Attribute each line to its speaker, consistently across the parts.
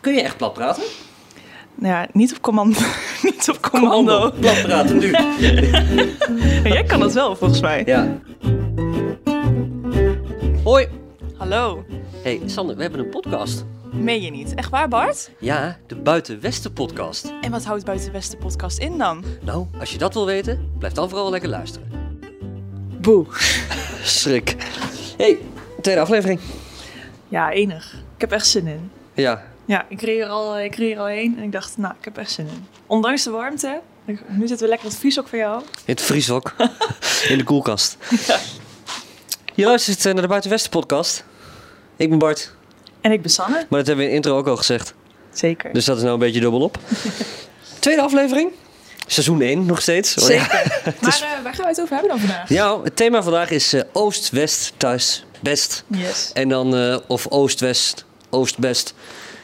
Speaker 1: Kun je echt plat praten?
Speaker 2: Nou ja, niet op commando. niet op
Speaker 1: Oh,
Speaker 2: commando.
Speaker 1: Plat praten nu.
Speaker 2: Jij kan het wel, volgens mij.
Speaker 1: Ja. Hoi.
Speaker 2: Hallo.
Speaker 1: Hey, Sander, we hebben een podcast.
Speaker 2: Meen je niet? Echt waar, Bart?
Speaker 1: Ja, de Buitenwesten podcast.
Speaker 2: En wat houdt Buitenwesten podcast in dan?
Speaker 1: Nou, als je dat wil weten, blijf dan vooral lekker luisteren.
Speaker 2: Boe.
Speaker 1: Schrik. Hey, tweede aflevering.
Speaker 2: Ja, enig. Ik heb echt zin in.
Speaker 1: Ja,
Speaker 2: Ja, ik reed er al, ik reed er al heen en ik dacht, nou, ik heb echt zin in. Ondanks de warmte, ik- nu zitten we lekker wat vries ook voor jou.
Speaker 1: in het vrieshok. in de koelkast. Je luistert eh, naar de Buitenwesten podcast. Ik ben Bart,
Speaker 2: En ik ben Sanne.
Speaker 1: maar dat hebben we in de intro ook al gezegd.
Speaker 2: Zeker.
Speaker 1: Dus dat is nou een beetje dubbel op. Tweede aflevering. Seizoen 1 nog steeds. Oh, ja.
Speaker 2: Zeker. Maar eh, waar gaan we het over hebben dan vandaag?
Speaker 1: Ja, het thema vandaag is eh, Oost, West, Thuis, Best.
Speaker 2: Yes.
Speaker 1: En dan, eh, of Oost, West, Oost, Best.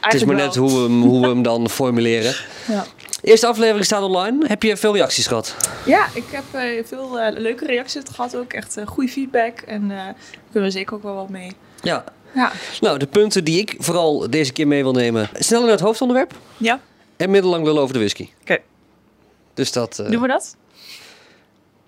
Speaker 1: Het is maar
Speaker 2: Eigenlijk
Speaker 1: net
Speaker 2: wel.
Speaker 1: hoe we, hem, hoe we hem dan formuleren.
Speaker 2: Ja.
Speaker 1: Eerste aflevering staat online. Heb je veel reacties gehad?
Speaker 2: Ja, ik heb eh, veel eh, leuke reacties gehad ook. Echt eh, goede feedback. En eh, daar kunnen we zeker ook wel wat mee.
Speaker 1: Ja.
Speaker 2: Ja.
Speaker 1: Nou, de punten die ik vooral deze keer mee wil nemen. Snel naar het hoofdonderwerp
Speaker 2: Ja?
Speaker 1: en middellang lullen over de whisky.
Speaker 2: Oké.
Speaker 1: Dus dat... eh,
Speaker 2: Doen we dat?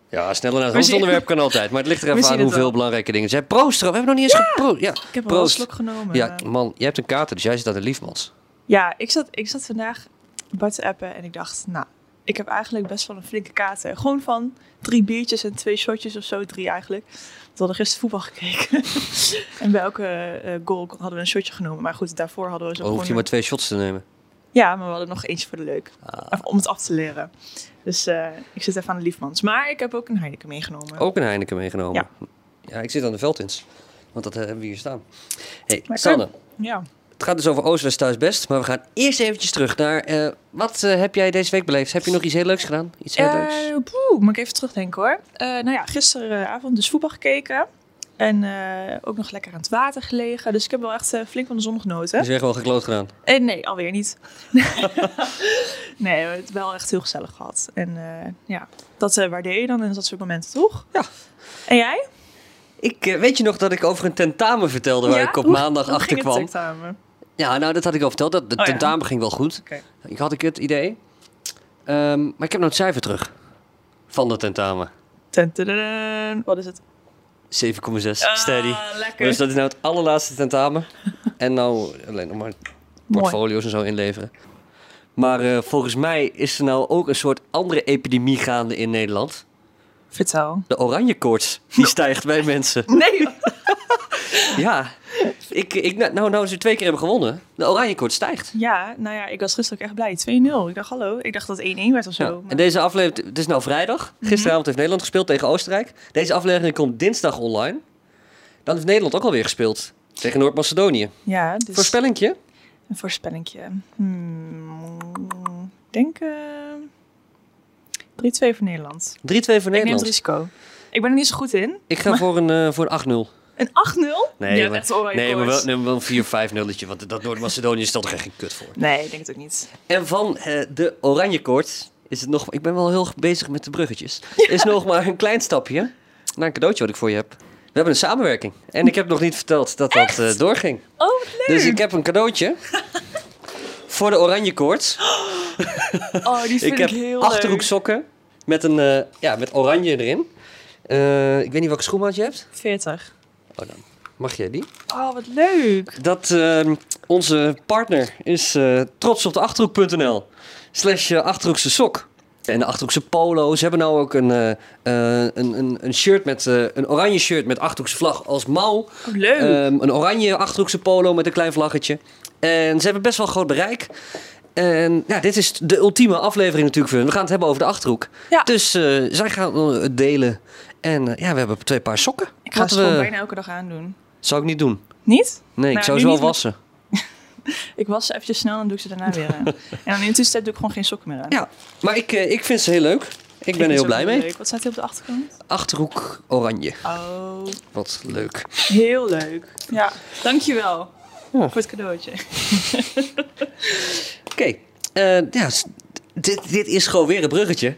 Speaker 1: ja, sneller naar het
Speaker 2: We zien-
Speaker 1: hoofdonderwerp kan altijd. Maar het ligt er
Speaker 2: We
Speaker 1: even
Speaker 2: zien
Speaker 1: aan
Speaker 2: het
Speaker 1: hoeveel
Speaker 2: wel.
Speaker 1: belangrijke dingen zijn. Proost erop. We hebben nog niet eens geproost. Ja.
Speaker 2: Ik heb al een
Speaker 1: Proost.
Speaker 2: slok genomen.
Speaker 1: ja, man. Jij hebt een kater, dus jij zit aan de liefmans.
Speaker 2: Ja, ik zat, ik zat vandaag Bart te appen en ik dacht, nou, ik heb eigenlijk best wel een flinke kater. Gewoon van drie biertjes en twee shotjes of zo, drie eigenlijk. We hadden gisteren voetbal gekeken. en bij elke eh, goal hadden we een shotje genomen. Maar goed, daarvoor hadden we zo
Speaker 1: Dan hoef je
Speaker 2: gewoon-
Speaker 1: maar twee shots Oh, te nemen.
Speaker 2: Ja, maar we hadden nog eentje voor de leuk.
Speaker 1: Ah.
Speaker 2: Even Om het af te leren. Dus eh, ik zit even aan de liefmans. Maar ik heb ook een Heineken meegenomen.
Speaker 1: Ook een Heineken meegenomen. Ja, ik zit aan de veldins. Want dat eh, hebben we hier staan. hey,
Speaker 2: Lekker.
Speaker 1: Sanne.
Speaker 2: Ja.
Speaker 1: Het gaat dus over Oost-West thuis best. Maar we gaan eerst eventjes terug naar... eh, wat eh, heb jij deze week beleefd? Heb je nog iets heel leuks gedaan? Iets heel leuks?
Speaker 2: Eh, poeh, moet ik even terugdenken hoor. Eh, nou ja, gisteravond dus voetbal gekeken. En eh, ook nog lekker aan het water gelegen. Dus ik heb wel echt eh, flink van de zon genoten.
Speaker 1: Is weer wel gekloot gedaan.
Speaker 2: Eh, nee, alweer niet. nee, we hebben het wel echt heel gezellig gehad. En eh, ja, dat eh, waardeer je dan in dat soort momenten, toch?
Speaker 1: Ja.
Speaker 2: En jij?
Speaker 1: Ik, eh, weet je nog dat ik over een tentamen vertelde waar
Speaker 2: Ja?
Speaker 1: ik op
Speaker 2: Hoe-
Speaker 1: maandag
Speaker 2: Hoe
Speaker 1: achter
Speaker 2: ging het
Speaker 1: kwam?
Speaker 2: tentamen?
Speaker 1: Ja, nou dat had ik al verteld. Dat, de
Speaker 2: Oh, ja.
Speaker 1: tentamen ging wel goed.
Speaker 2: Oké.
Speaker 1: Ik had ik het idee. Ehm, maar ik heb nou het cijfer terug. Van de tentamen. 7,6.
Speaker 2: Ten, ten, ten, ten. Wat is het?
Speaker 1: Steady.
Speaker 2: Ah, lekker.
Speaker 1: Dus dat is nou het allerlaatste tentamen. en nou alleen nog maar
Speaker 2: Mooi.
Speaker 1: portfolio's en zo inleveren. Maar eh, volgens mij is er nou ook een soort andere epidemie gaande in Nederland.
Speaker 2: Vertel.
Speaker 1: De oranje koorts. Die stijgt bij mensen.
Speaker 2: Nee,
Speaker 1: Ja. Ik, ik, nou, nou, nou ze twee keer hebben gewonnen. De oranje koorts stijgt.
Speaker 2: Ja, nou ja, ik was gisteren ook echt blij. 2-0. Ik dacht, hallo. Ik dacht dat het 1-1 werd of
Speaker 1: Ja.
Speaker 2: zo.
Speaker 1: En
Speaker 2: maar- Mhm.
Speaker 1: deze aflevering, het is nou vrijdag. Gisteravond heeft Nederland gespeeld tegen Oostenrijk. Deze aflevering komt dinsdag online. Dan heeft Nederland ook alweer gespeeld. Tegen Noord-Macedonië.
Speaker 2: Ja, dus
Speaker 1: Voorspellingje?
Speaker 2: een voorspellingje. Hmm, ik denk eh 3-2 voor Nederland.
Speaker 1: 3-2 voor
Speaker 2: Ik neem het
Speaker 1: Nederland.
Speaker 2: risico. Ik ben er niet zo goed in.
Speaker 1: Ik ga voor een, eh, voor een 8-0.
Speaker 2: Een 8-0?
Speaker 1: Nee,
Speaker 2: ja,
Speaker 1: maar-
Speaker 2: echt oranje
Speaker 1: Nee, maar wel,
Speaker 2: koorts.
Speaker 1: nee, maar wel een 4-5-0, want dat Noord-Macedonië stelt er echt geen kut voor.
Speaker 2: Nee, ik denk het ook niet.
Speaker 1: En van eh, de oranje koorts is het nog... Ik ben wel heel erg bezig met de bruggetjes. Is nog maar een klein stapje naar een cadeautje wat ik voor je heb. We hebben een samenwerking. En ik heb nog niet verteld dat dat eh, doorging.
Speaker 2: Oh, wat leuk.
Speaker 1: Dus ik heb een cadeautje voor de oranje koorts.
Speaker 2: oh, die vind
Speaker 1: Ik
Speaker 2: ik,
Speaker 1: heb
Speaker 2: heel leuk.
Speaker 1: achterhoeksokken met, een, eh, ja, met oranje erin. Eh, ik weet niet welke schoenmaat je hebt.
Speaker 2: 40.
Speaker 1: Oh, dan mag jij die.
Speaker 2: Oh, wat leuk.
Speaker 1: Dat ehm, onze partner is eh, trots op de achterhoek.nl. Slash eh, achterhoekse sok. En de achterhoekse polo. Ze hebben nou ook een, eh, eh, een, een, een shirt met eh, een oranje shirt met achterhoekse vlag als mouw.
Speaker 2: Oh, leuk.
Speaker 1: Ehm, een oranje achterhoekse polo met een klein vlaggetje. En ze hebben best wel groot bereik. En ja, dit is de ultieme aflevering natuurlijk voor hun. We gaan het hebben over de achterhoek.
Speaker 2: Ja.
Speaker 1: Dus eh, zij gaan eh, het delen. En eh, ja, we hebben twee paar sokken.
Speaker 2: ik ga het
Speaker 1: Wat eh,
Speaker 2: gewoon
Speaker 1: we-
Speaker 2: bijna elke dag aandoen.
Speaker 1: Zou ik niet doen.
Speaker 2: Niet?
Speaker 1: Nee,
Speaker 2: Nou,
Speaker 1: ik zou ze
Speaker 2: nu
Speaker 1: wel
Speaker 2: niet, maar-
Speaker 1: wassen.
Speaker 2: Ik was ze eventjes snel en doe ik ze daarna weer aan. en dan in de tussentijd doe ik gewoon geen sokken meer aan.
Speaker 1: Ja, maar ik, eh, ik vind ze heel leuk. Ik ben er
Speaker 2: vind
Speaker 1: heel
Speaker 2: het
Speaker 1: blij
Speaker 2: ook
Speaker 1: mee.
Speaker 2: leuk. Wat staat hier op de achterkant?
Speaker 1: Achterhoek oranje.
Speaker 2: Oh,
Speaker 1: Wat leuk.
Speaker 2: heel leuk. Ja, dankjewel voor het cadeautje.
Speaker 1: Oké. eh, ja, s- dit, dit is gewoon weer een bruggetje naar,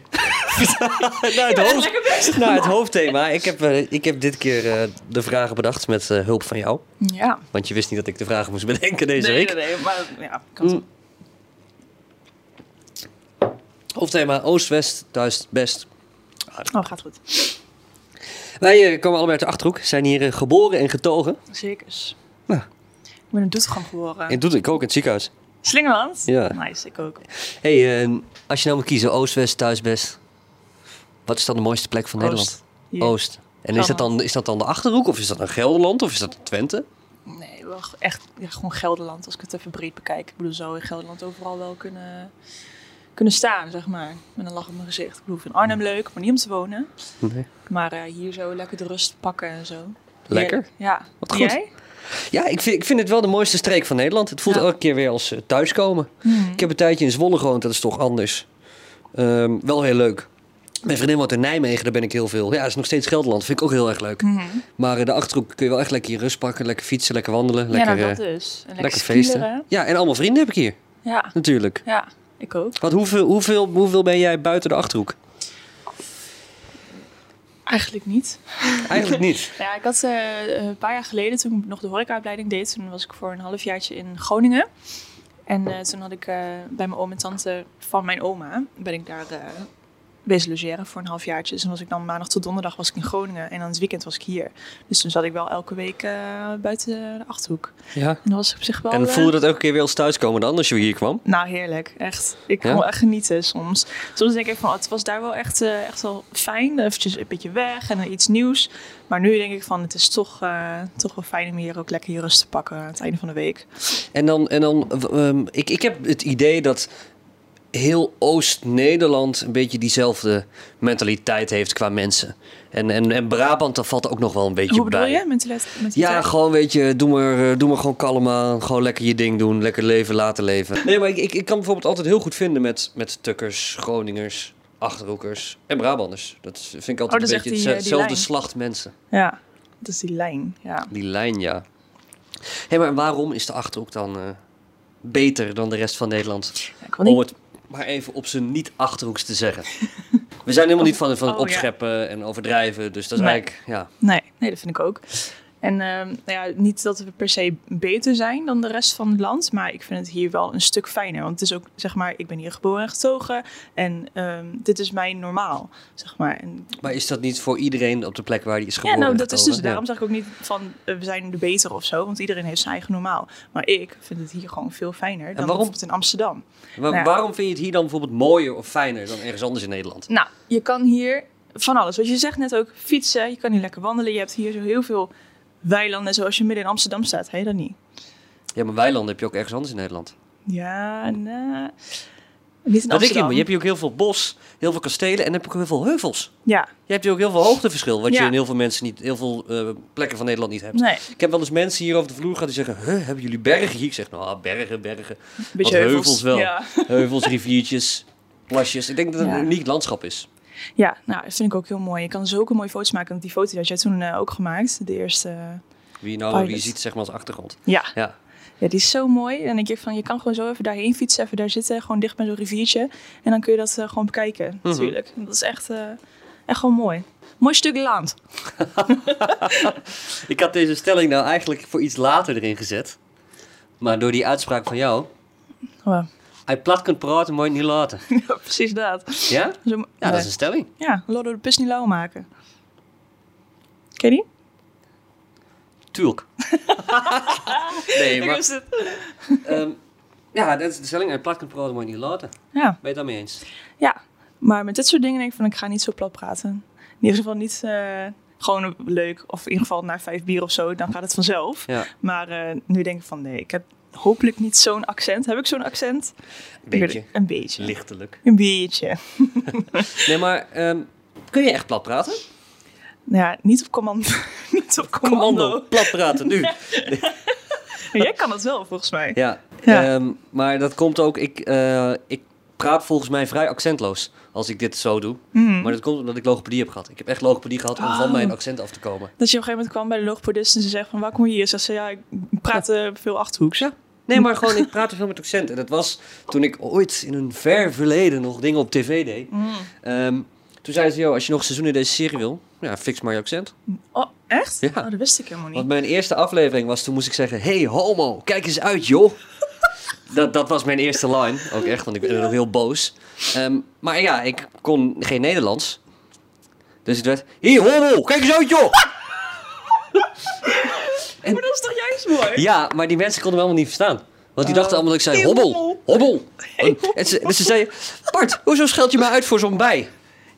Speaker 2: Je
Speaker 1: het
Speaker 2: bent echt
Speaker 1: hoofd-
Speaker 2: lekker bezig.
Speaker 1: naar het hoofdthema. Ik heb, eh, ik heb dit keer eh, de vragen bedacht met eh, hulp van jou.
Speaker 2: Ja.
Speaker 1: Want je wist niet dat ik de vragen moest bedenken deze
Speaker 2: nee,
Speaker 1: week.
Speaker 2: nee, nee, maar ja, kan
Speaker 1: Mm. Hoofdthema Oost-West, thuis best.
Speaker 2: Oh, gaat goed.
Speaker 1: Wij eh, komen allebei uit de Achterhoek, zijn hier eh, geboren en getogen.
Speaker 2: Zekers.
Speaker 1: Nou.
Speaker 2: Ik ben in Doetinchem geboren.
Speaker 1: En doet ik ook in het ziekenhuis.
Speaker 2: Slingerland?
Speaker 1: Ja.
Speaker 2: Nice, ik ook.
Speaker 1: hey, eh, als je nou moet kiezen Oost-West, thuis best. Wat is dan de mooiste plek van Nederland?
Speaker 2: Oost. Hier.
Speaker 1: Oost. En is dat, dan, is dat dan de Achterhoek of is dat een Gelderland of is dat Twente?
Speaker 2: Nee, wel g- echt ja, gewoon Gelderland, als ik het even breed bekijk. Ik bedoel, zo in Gelderland overal wel kunnen, kunnen staan, zeg maar. Met een lach op mijn gezicht. Ik bedoel, ik vind Arnhem leuk, maar niet om te wonen.
Speaker 1: Nee.
Speaker 2: Maar eh, hier zo lekker de rust pakken en zo.
Speaker 1: Lekker.
Speaker 2: Heerlijk. Ja.
Speaker 1: Wat goed.
Speaker 2: Jij?
Speaker 1: Ja, ik vind, ik vind het wel de mooiste streek van Nederland. Het voelt
Speaker 2: Ja.
Speaker 1: elke keer weer als eh, thuiskomen.
Speaker 2: Mhm.
Speaker 1: Ik heb een tijdje in Zwolle gewoond, dat is toch anders. Ehm, wel heel leuk. Mijn vriendin woont in Nijmegen, daar ben ik heel veel. Ja, dat is nog steeds Gelderland, vind ik ook heel erg leuk.
Speaker 2: Mhm.
Speaker 1: Maar eh, de Achterhoek kun je wel echt lekker je rust pakken, lekker fietsen, lekker wandelen, lekker,
Speaker 2: ja, nou, dat
Speaker 1: eh,
Speaker 2: dus. En lekker,
Speaker 1: lekker
Speaker 2: feesten.
Speaker 1: feesten. Ja, en allemaal vrienden heb ik hier,
Speaker 2: Ja,
Speaker 1: natuurlijk.
Speaker 2: ja, ik ook.
Speaker 1: Wat, hoeveel, hoeveel, hoeveel ben jij buiten de Achterhoek?
Speaker 2: Eigenlijk niet.
Speaker 1: Eigenlijk niet.
Speaker 2: Nou Ja, ik had eh, een paar jaar geleden, toen ik nog de horecaopleiding deed, toen was ik voor een halfjaartje in Groningen. En eh, toen had ik eh, bij mijn oom en tante van mijn oma, ben ik daar eh wezen logeren voor een halfjaartje. Dus dan was ik dan maandag tot donderdag was ik in Groningen en dan het weekend was ik hier. Dus toen zat ik wel elke week eh, buiten de Achterhoek.
Speaker 1: Ja.
Speaker 2: En dat was op zich wel...
Speaker 1: En
Speaker 2: eh,
Speaker 1: voelde dat elke keer weer als thuiskomen dan, als je hier kwam?
Speaker 2: nou, heerlijk. Echt. Ik
Speaker 1: Ja?
Speaker 2: kan wel echt genieten soms. Soms denk ik van, oh, het was daar wel echt, eh, echt wel fijn. Eventjes een beetje weg en dan iets nieuws. Maar nu denk ik van, het is toch, eh, toch wel fijn om hier ook lekker je rust te pakken aan het einde van de week.
Speaker 1: En dan, en dan w- ehm, ik, ik heb het idee dat heel Oost-Nederland een beetje diezelfde mentaliteit heeft qua mensen. En, en, en Brabant, daar valt ook nog wel een beetje
Speaker 2: Hoe bedoel
Speaker 1: bij.
Speaker 2: je? Mentaliteit?
Speaker 1: Ja,
Speaker 2: mentaliteit?
Speaker 1: gewoon weet je, doe maar, eh, doe maar gewoon kalm aan. Gewoon lekker je ding doen, lekker leven, laten leven. Nee, maar ik, ik, ik kan bijvoorbeeld altijd heel goed vinden met, met Tukkers, Groningers, Achterhoekers en Brabanders. Dat is- vind ik altijd
Speaker 2: Oh, dat
Speaker 1: een beetje
Speaker 2: is echt die, eh, die
Speaker 1: hetzelfde
Speaker 2: lijn.
Speaker 1: slacht mensen.
Speaker 2: Ja, dat is die lijn. Ja.
Speaker 1: Die lijn, ja. Hé, hey, maar waarom is de Achterhoek dan eh, beter dan de rest van Nederland?
Speaker 2: Ja, Ik wil niet...
Speaker 1: Om het maar even op zijn niet-Achterhoeks te zeggen. We zijn helemaal niet van, van het
Speaker 2: Oh, ja.
Speaker 1: opscheppen en overdrijven. Dus dat is
Speaker 2: Nee.
Speaker 1: eigenlijk, ja.
Speaker 2: nee, nee, dat vind ik ook. En ehm, nou ja, niet dat we per se beter zijn dan de rest van het land, maar ik vind het hier wel een stuk fijner. Want het is ook, zeg maar, ik ben hier geboren en getogen en ehm, dit is mijn normaal, zeg maar. En
Speaker 1: Maar is dat niet voor iedereen op de plek waar die is
Speaker 2: Ja,
Speaker 1: geboren?
Speaker 2: nou, dat is
Speaker 1: getogen?
Speaker 2: dus. Daarom zeg ik ook niet van eh, we zijn de beter of zo, want iedereen heeft zijn eigen normaal. Maar ik vind het hier gewoon veel fijner dan
Speaker 1: waarom?
Speaker 2: bijvoorbeeld in Amsterdam.
Speaker 1: Ja. Wa-
Speaker 2: Nou Ja.
Speaker 1: Waarom vind je het hier dan bijvoorbeeld mooier of fijner dan ergens anders in Nederland?
Speaker 2: Nou, je kan hier van alles. Wat je zegt net ook, fietsen, je kan hier lekker wandelen. Je hebt hier zo heel veel weilanden. Zoals je midden in Amsterdam staat, heb je dat niet?
Speaker 1: Ja, maar weilanden heb je ook ergens anders in Nederland.
Speaker 2: Ja, nou, niet in
Speaker 1: Dat denk je,
Speaker 2: Amsterdam.
Speaker 1: maar je hebt hier ook heel veel bos, heel veel kastelen en heb ook heel veel heuvels.
Speaker 2: Ja,
Speaker 1: Je hebt hier ook heel veel hoogteverschil, wat je
Speaker 2: Ja.
Speaker 1: in heel veel, mensen niet, heel veel eh, plekken van Nederland niet hebt.
Speaker 2: nee,
Speaker 1: Ik heb wel eens mensen hier over de vloer gehad die zeggen: huh, hebben jullie bergen hier? Ik zeg: nou, ah, bergen, bergen,
Speaker 2: een beetje
Speaker 1: Wat heuvels wel.
Speaker 2: Ja.
Speaker 1: heuvels, riviertjes, plasjes. Ik denk dat het
Speaker 2: Ja.
Speaker 1: een uniek landschap is.
Speaker 2: ja, nou, dat vind ik ook heel mooi. Je kan zulke mooie foto's maken. Want die foto die had jij toen eh, ook gemaakt, de eerste.
Speaker 1: Wie nou,
Speaker 2: Pilot.
Speaker 1: wie ziet zeg maar als achtergrond.
Speaker 2: ja,
Speaker 1: Ja,
Speaker 2: Ja, die is zo mooi. En dan denk je van, je kan gewoon zo even daarheen fietsen, even daar zitten, gewoon dicht bij zo'n riviertje. En dan kun je dat eh, gewoon bekijken,
Speaker 1: Mhm.
Speaker 2: natuurlijk. Dat is echt, eh, echt gewoon mooi. Mooi stuk land.
Speaker 1: ik had deze stelling nou eigenlijk voor iets later erin gezet. Maar door die uitspraak van jou,
Speaker 2: Ja,
Speaker 1: hij plat kunt praten, mooi niet laten.
Speaker 2: precies dat.
Speaker 1: Ja?
Speaker 2: Zo,
Speaker 1: Ja, dat
Speaker 2: nee.
Speaker 1: is een stelling.
Speaker 2: ja, Lodder de pus niet lauw maken. Ken je die?
Speaker 1: Tuurlijk. nee,
Speaker 2: Ik
Speaker 1: maar.
Speaker 2: wist het.
Speaker 1: ehm, ja, dat is de stelling. Hij plat kunt praten, mooi niet laten. Ben
Speaker 2: Ja,
Speaker 1: je het daarmee eens?
Speaker 2: ja, maar met dit soort dingen denk ik van, ik ga niet zo plat praten. In ieder geval niet eh, gewoon leuk, of in ieder geval na vijf bier of zo, dan gaat het vanzelf.
Speaker 1: Ja.
Speaker 2: Maar eh, nu denk ik van, nee, ik heb hopelijk niet zo'n accent. Heb ik zo'n accent? Ik weet
Speaker 1: Beetje.
Speaker 2: het- Een beetje.
Speaker 1: Lichtelijk.
Speaker 2: Een beetje.
Speaker 1: Nee, maar ehm, kun je echt plat praten?
Speaker 2: Nou ja, niet op commando. niet op commando.
Speaker 1: Commando, plat praten nu.
Speaker 2: Maar Jij kan dat wel, volgens mij.
Speaker 1: Ja,
Speaker 2: Ja.
Speaker 1: ehm, maar dat komt ook. Ik, eh, ik praat volgens mij vrij accentloos als ik dit zo doe.
Speaker 2: Mhm.
Speaker 1: Maar dat komt omdat ik logopedie heb gehad. Ik heb echt logopedie gehad om van
Speaker 2: Oh.
Speaker 1: mijn accent af te komen.
Speaker 2: Dat je op een gegeven moment kwam bij de logopedist en ze zegt van waar kom je hier? Ze zei ja, ik praat eh, veel Achterhoeks. Ja.
Speaker 1: Nee, maar gewoon, ik praat te veel met
Speaker 2: Mhm.
Speaker 1: accent. En dat was toen ik ooit in een ver verleden nog dingen op tv deed. Ehm, Toen zei ze, joh, als je nog een seizoen in deze serie wil, ja, fix maar je accent.
Speaker 2: Oh, echt?
Speaker 1: Ja.
Speaker 2: Oh, dat wist ik helemaal
Speaker 1: Want
Speaker 2: niet.
Speaker 1: mijn eerste aflevering was, toen moest ik zeggen, hey homo, kijk eens uit joh. Dat, dat was mijn eerste line, ook echt, want ik ben nog heel boos. Ehm, maar ja, ik kon geen Nederlands. Dus het werd, hey homo, kijk eens uit joh.
Speaker 2: Maar Oh, dat is toch juist mooi?
Speaker 1: Ja, maar die mensen konden me helemaal niet verstaan. Want die
Speaker 2: Oh.
Speaker 1: dachten allemaal dat ik zei
Speaker 2: Hey,
Speaker 1: hobbel,
Speaker 2: hommel.
Speaker 1: hobbel. En ze, dus ze zeiden, Bart, hoezo scheld je mij uit voor zo'n bij?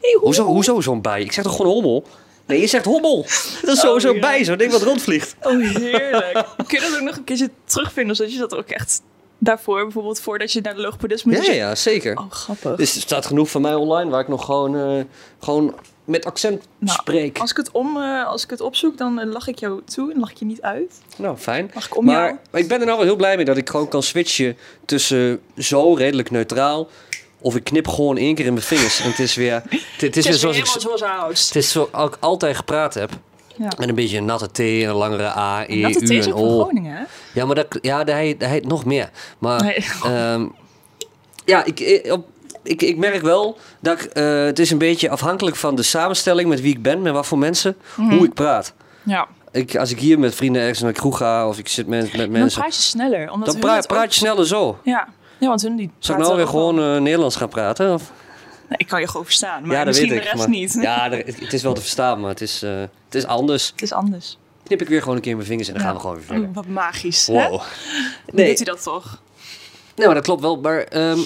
Speaker 2: Hey, hoe-
Speaker 1: Hoezo, hoezo zo'n bij? Ik zeg toch gewoon hommel? Nee, je zegt hommel. Dat is sowieso
Speaker 2: Oh, ja.
Speaker 1: bij, zo'n ding wat rondvliegt.
Speaker 2: Oh, heerlijk. Kun je dat ook nog een keertje terugvinden, zodat je dat ook echt daarvoor, bijvoorbeeld voordat je naar de logopedist moet?
Speaker 1: Ja,
Speaker 2: dat je-
Speaker 1: ja, zeker.
Speaker 2: Oh, grappig.
Speaker 1: Dus er staat genoeg van mij online waar ik nog gewoon, eh, gewoon met accent
Speaker 2: Nou,
Speaker 1: spreek.
Speaker 2: Als ik, het om, eh, als ik het opzoek, dan eh, lach ik jou toe en lach ik je niet uit.
Speaker 1: Nou, fijn.
Speaker 2: Mag ik om jou?
Speaker 1: Maar ik ben er nou wel heel blij mee dat ik gewoon kan switchen tussen zo redelijk neutraal... of ik knip gewoon één keer in mijn vingers. En het is weer, het, het is weer zoals ik...
Speaker 2: zoals oud.
Speaker 1: Het is zo als ik altijd gepraat heb.
Speaker 2: Ja.
Speaker 1: Met een beetje een natte T en een langere A, E,
Speaker 2: En dat het
Speaker 1: U
Speaker 2: is
Speaker 1: en
Speaker 2: ook van
Speaker 1: O.
Speaker 2: Groningen, hè?
Speaker 1: Ja, maar dat, ja, hij, hij nog meer. Maar
Speaker 2: Nee.
Speaker 1: ehm, ja, ik, ik, op- ik, ik merk wel dat ik, eh, het is een beetje afhankelijk van de samenstelling met wie ik ben, met wat voor mensen,
Speaker 2: Mhm.
Speaker 1: hoe ik praat.
Speaker 2: Ja.
Speaker 1: Ik, als ik hier met vrienden ergens naar de kroeg ga of ik zit met, met
Speaker 2: Dan
Speaker 1: mensen,
Speaker 2: praat je sneller. Omdat
Speaker 1: dan
Speaker 2: hun
Speaker 1: pra-
Speaker 2: het ook-
Speaker 1: praat je sneller zo.
Speaker 2: Ja. ja, want hun die
Speaker 1: Zou ik
Speaker 2: praten
Speaker 1: nou weer
Speaker 2: ook wel-
Speaker 1: gewoon eh, Nederlands gaan praten? Of?
Speaker 2: Nee, ik kan je gewoon verstaan, maar
Speaker 1: ja, dat
Speaker 2: misschien
Speaker 1: weet ik.
Speaker 2: de rest
Speaker 1: maar-
Speaker 2: niet.
Speaker 1: Ja, er- het is wel te verstaan, maar het is, eh, het is anders.
Speaker 2: Het is anders.
Speaker 1: Knip ik weer gewoon een keer in mijn vingers en dan
Speaker 2: Ja.
Speaker 1: gaan we gewoon weer verder.
Speaker 2: Oh, wat magisch, hè?
Speaker 1: Wow.
Speaker 2: Nee.
Speaker 1: Nee.
Speaker 2: Doet hij dat toch?
Speaker 1: Nee, maar Nou, dat klopt wel. Maar ehm,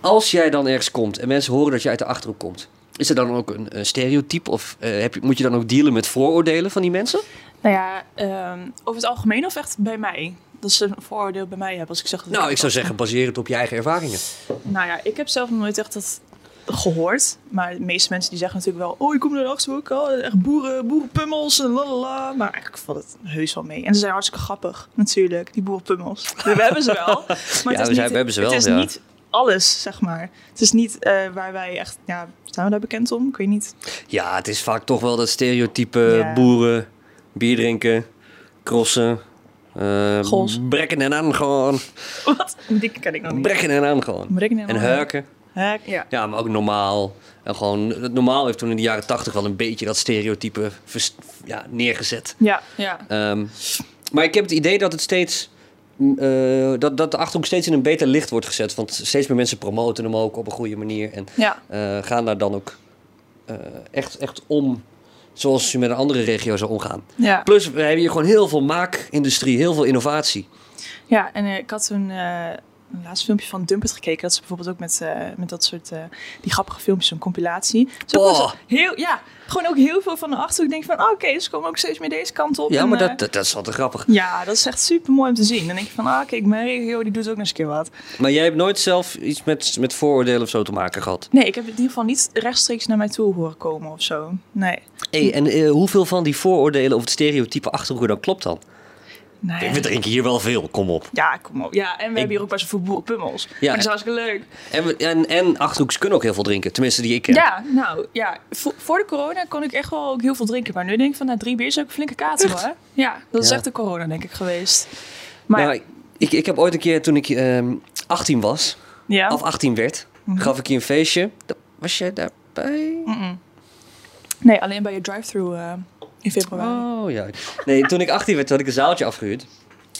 Speaker 1: als jij dan ergens komt en mensen horen dat je uit de achterhoek komt, is er dan ook een, eh, stereotype of eh, heb je, moet je dan ook dealen met vooroordelen van die mensen?
Speaker 2: Nou ja, ehm, over het algemeen of echt bij mij? Dat ze een vooroordeel bij mij hebben als ik zeg... dat
Speaker 1: Nou, ik zou zeggen, baseer het op je eigen ervaringen.
Speaker 2: Nou ja, ik heb zelf nog nooit echt dat gehoord. Maar de meeste mensen die zeggen natuurlijk wel... Oh, ik kom naar de Achterhoek. Oh, echt boeren, boerenpummels en lalala. Maar eigenlijk valt het heus wel mee. En ze zijn hartstikke grappig, natuurlijk. Die boerenpummels. We hebben ze wel. Maar het
Speaker 1: we
Speaker 2: is
Speaker 1: zijn- we hebben ze wel,
Speaker 2: Het is
Speaker 1: ja.
Speaker 2: niet alles, zeg maar. Het is niet eh, waar wij echt... Ja, zijn we daar bekend om? Ik weet niet.
Speaker 1: Ja, het is vaak toch wel dat stereotype
Speaker 2: Ja.
Speaker 1: boeren, bier drinken, crossen. eh,
Speaker 2: Goals.
Speaker 1: brekken en aan gewoon.
Speaker 2: Wat? Die ken ik nog niet.
Speaker 1: Brekken en aan gewoon.
Speaker 2: Brek
Speaker 1: En hurken.
Speaker 2: Hek, ja.
Speaker 1: Ja, maar ook normaal. En gewoon, het normaal heeft toen in de jaren tachtig wel een beetje dat stereotype vers- ja, neergezet.
Speaker 2: Ja, ja.
Speaker 1: Ehm, maar ik heb het idee dat het steeds. mm, eh, dat, dat de achterhoek steeds in een beter licht wordt gezet. Want steeds meer mensen promoten hem ook op een goede manier. En
Speaker 2: Ja,
Speaker 1: eh, gaan daar dan ook eh, echt, echt om. Zoals je met een andere regio zou omgaan.
Speaker 2: ja.
Speaker 1: Plus, we hebben hier gewoon heel veel maakindustrie, heel veel innovatie.
Speaker 2: Ja, en eh, ik had toen eh, een laatste filmpje van Dumpert gekeken. Dat ze bijvoorbeeld ook met, eh, met dat soort, eh, die grappige filmpjes, zo'n compilatie. Dus Zo
Speaker 1: Boah.
Speaker 2: was het heel, ja, gewoon ook heel veel van de achterhoek. Ik denk van, oh, oké, ze komen ook steeds meer deze kant op.
Speaker 1: Ja,
Speaker 2: En,
Speaker 1: maar
Speaker 2: eh,
Speaker 1: dat, eh, dat, dat is altijd grappig.
Speaker 2: ja, dat is echt super mooi om te zien. Dan denk je van, ah, kijk, mijn regio die doet ook nog eens een keer wat.
Speaker 1: Maar jij hebt nooit zelf iets met, met vooroordelen of zo te maken gehad.
Speaker 2: Nee, ik heb het in ieder geval niet rechtstreeks naar mij toe horen komen of zo. Nee.
Speaker 1: Hey, en eh, hoeveel van die vooroordelen of het stereotype achterhoek dan klopt dan?
Speaker 2: nee.
Speaker 1: We drinken hier wel veel, kom op.
Speaker 2: Ja, kom op. Ja, en we hebben hier ook best wel veel boerenpummels. Ja, dat is hartstikke leuk.
Speaker 1: En, we- en, en achterhoeks kunnen ook heel veel drinken. Tenminste, die ik ken.
Speaker 2: Ja, nou ja, vo- voor de corona kon ik echt wel ook heel veel drinken. Maar nu denk ik van na drie bier zou ik een flinke kater hoor. Ja, dat is
Speaker 1: Ja.
Speaker 2: echt de corona denk ik geweest. Maar
Speaker 1: Nou, ik, ik heb ooit een keer, toen ik ehm, 18 was,
Speaker 2: ja,
Speaker 1: of 18 werd,
Speaker 2: Mhm.
Speaker 1: gaf ik je een feestje. Da- Was jij daarbij?
Speaker 2: Mm-mm. nee, alleen bij je drive-thru eh, in februari.
Speaker 1: Oh ja. Nee, toen ik 18 werd, had ik een zaaltje afgehuurd.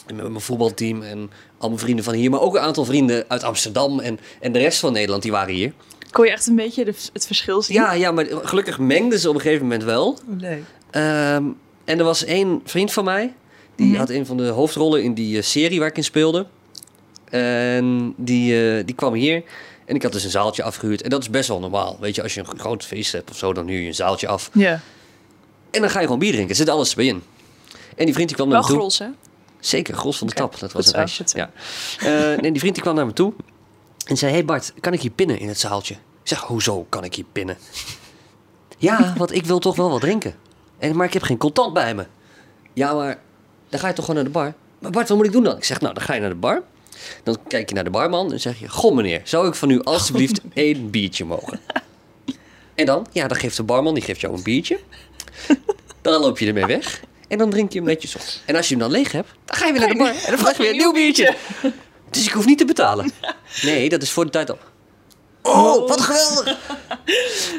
Speaker 1: En Met mijn voetbalteam en al mijn vrienden van hier. Maar ook een aantal vrienden uit Amsterdam en, en de rest van Nederland, die waren hier.
Speaker 2: Kon je echt een beetje de- het verschil zien? Oh,
Speaker 1: Ja, ja, maar gelukkig mengden ze op een gegeven moment wel.
Speaker 2: Leuk.
Speaker 1: Ehm, en er was één vriend van mij. Die
Speaker 2: Mhm.
Speaker 1: had een van de hoofdrollen in die eh, serie waar ik in speelde. En die, eh, die kwam hier. En ik had dus een zaaltje afgehuurd. En dat is best wel normaal. Weet je, als je een groot feest hebt of zo, dan huur je een zaaltje af.
Speaker 2: Ja,
Speaker 1: En dan ga je gewoon bier drinken. Er zit alles bij in. En die vriend die kwam naar
Speaker 2: wel
Speaker 1: me toe.
Speaker 2: grols hè?
Speaker 1: Zeker, Gros van de
Speaker 2: Oké,
Speaker 1: Tap. Dat was
Speaker 2: goed
Speaker 1: een
Speaker 2: zo,
Speaker 1: ijsje.
Speaker 2: goed zo.
Speaker 1: Ja. Eh, nee, die vriend die kwam naar me toe en zei... hey Bart, kan ik hier pinnen in het zaaltje? Ik zeg, hoezo kan ik hier pinnen? Ja, want ik wil toch wel wat drinken. En, maar ik heb geen contant bij me. Ja, maar dan ga je toch gewoon naar de bar? Maar Bart, wat moet ik doen dan? Ik zeg, nou, dan ga je naar de bar. Dan kijk je naar de barman en zeg je... Goh meneer, zou ik van u alstublieft één biertje mogen? En dan? Ja, dan geeft de barman, die geeft jou een biertje. Dan loop je ermee weg. En dan drink je hem netjes op. En als je hem dan leeg hebt, dan ga je weer naar de bar. En dan vraag je weer een nieuw biertje. Dus ik hoef niet te betalen. Nee, dat is voor de tijd op. Oh, wat geweldig! Met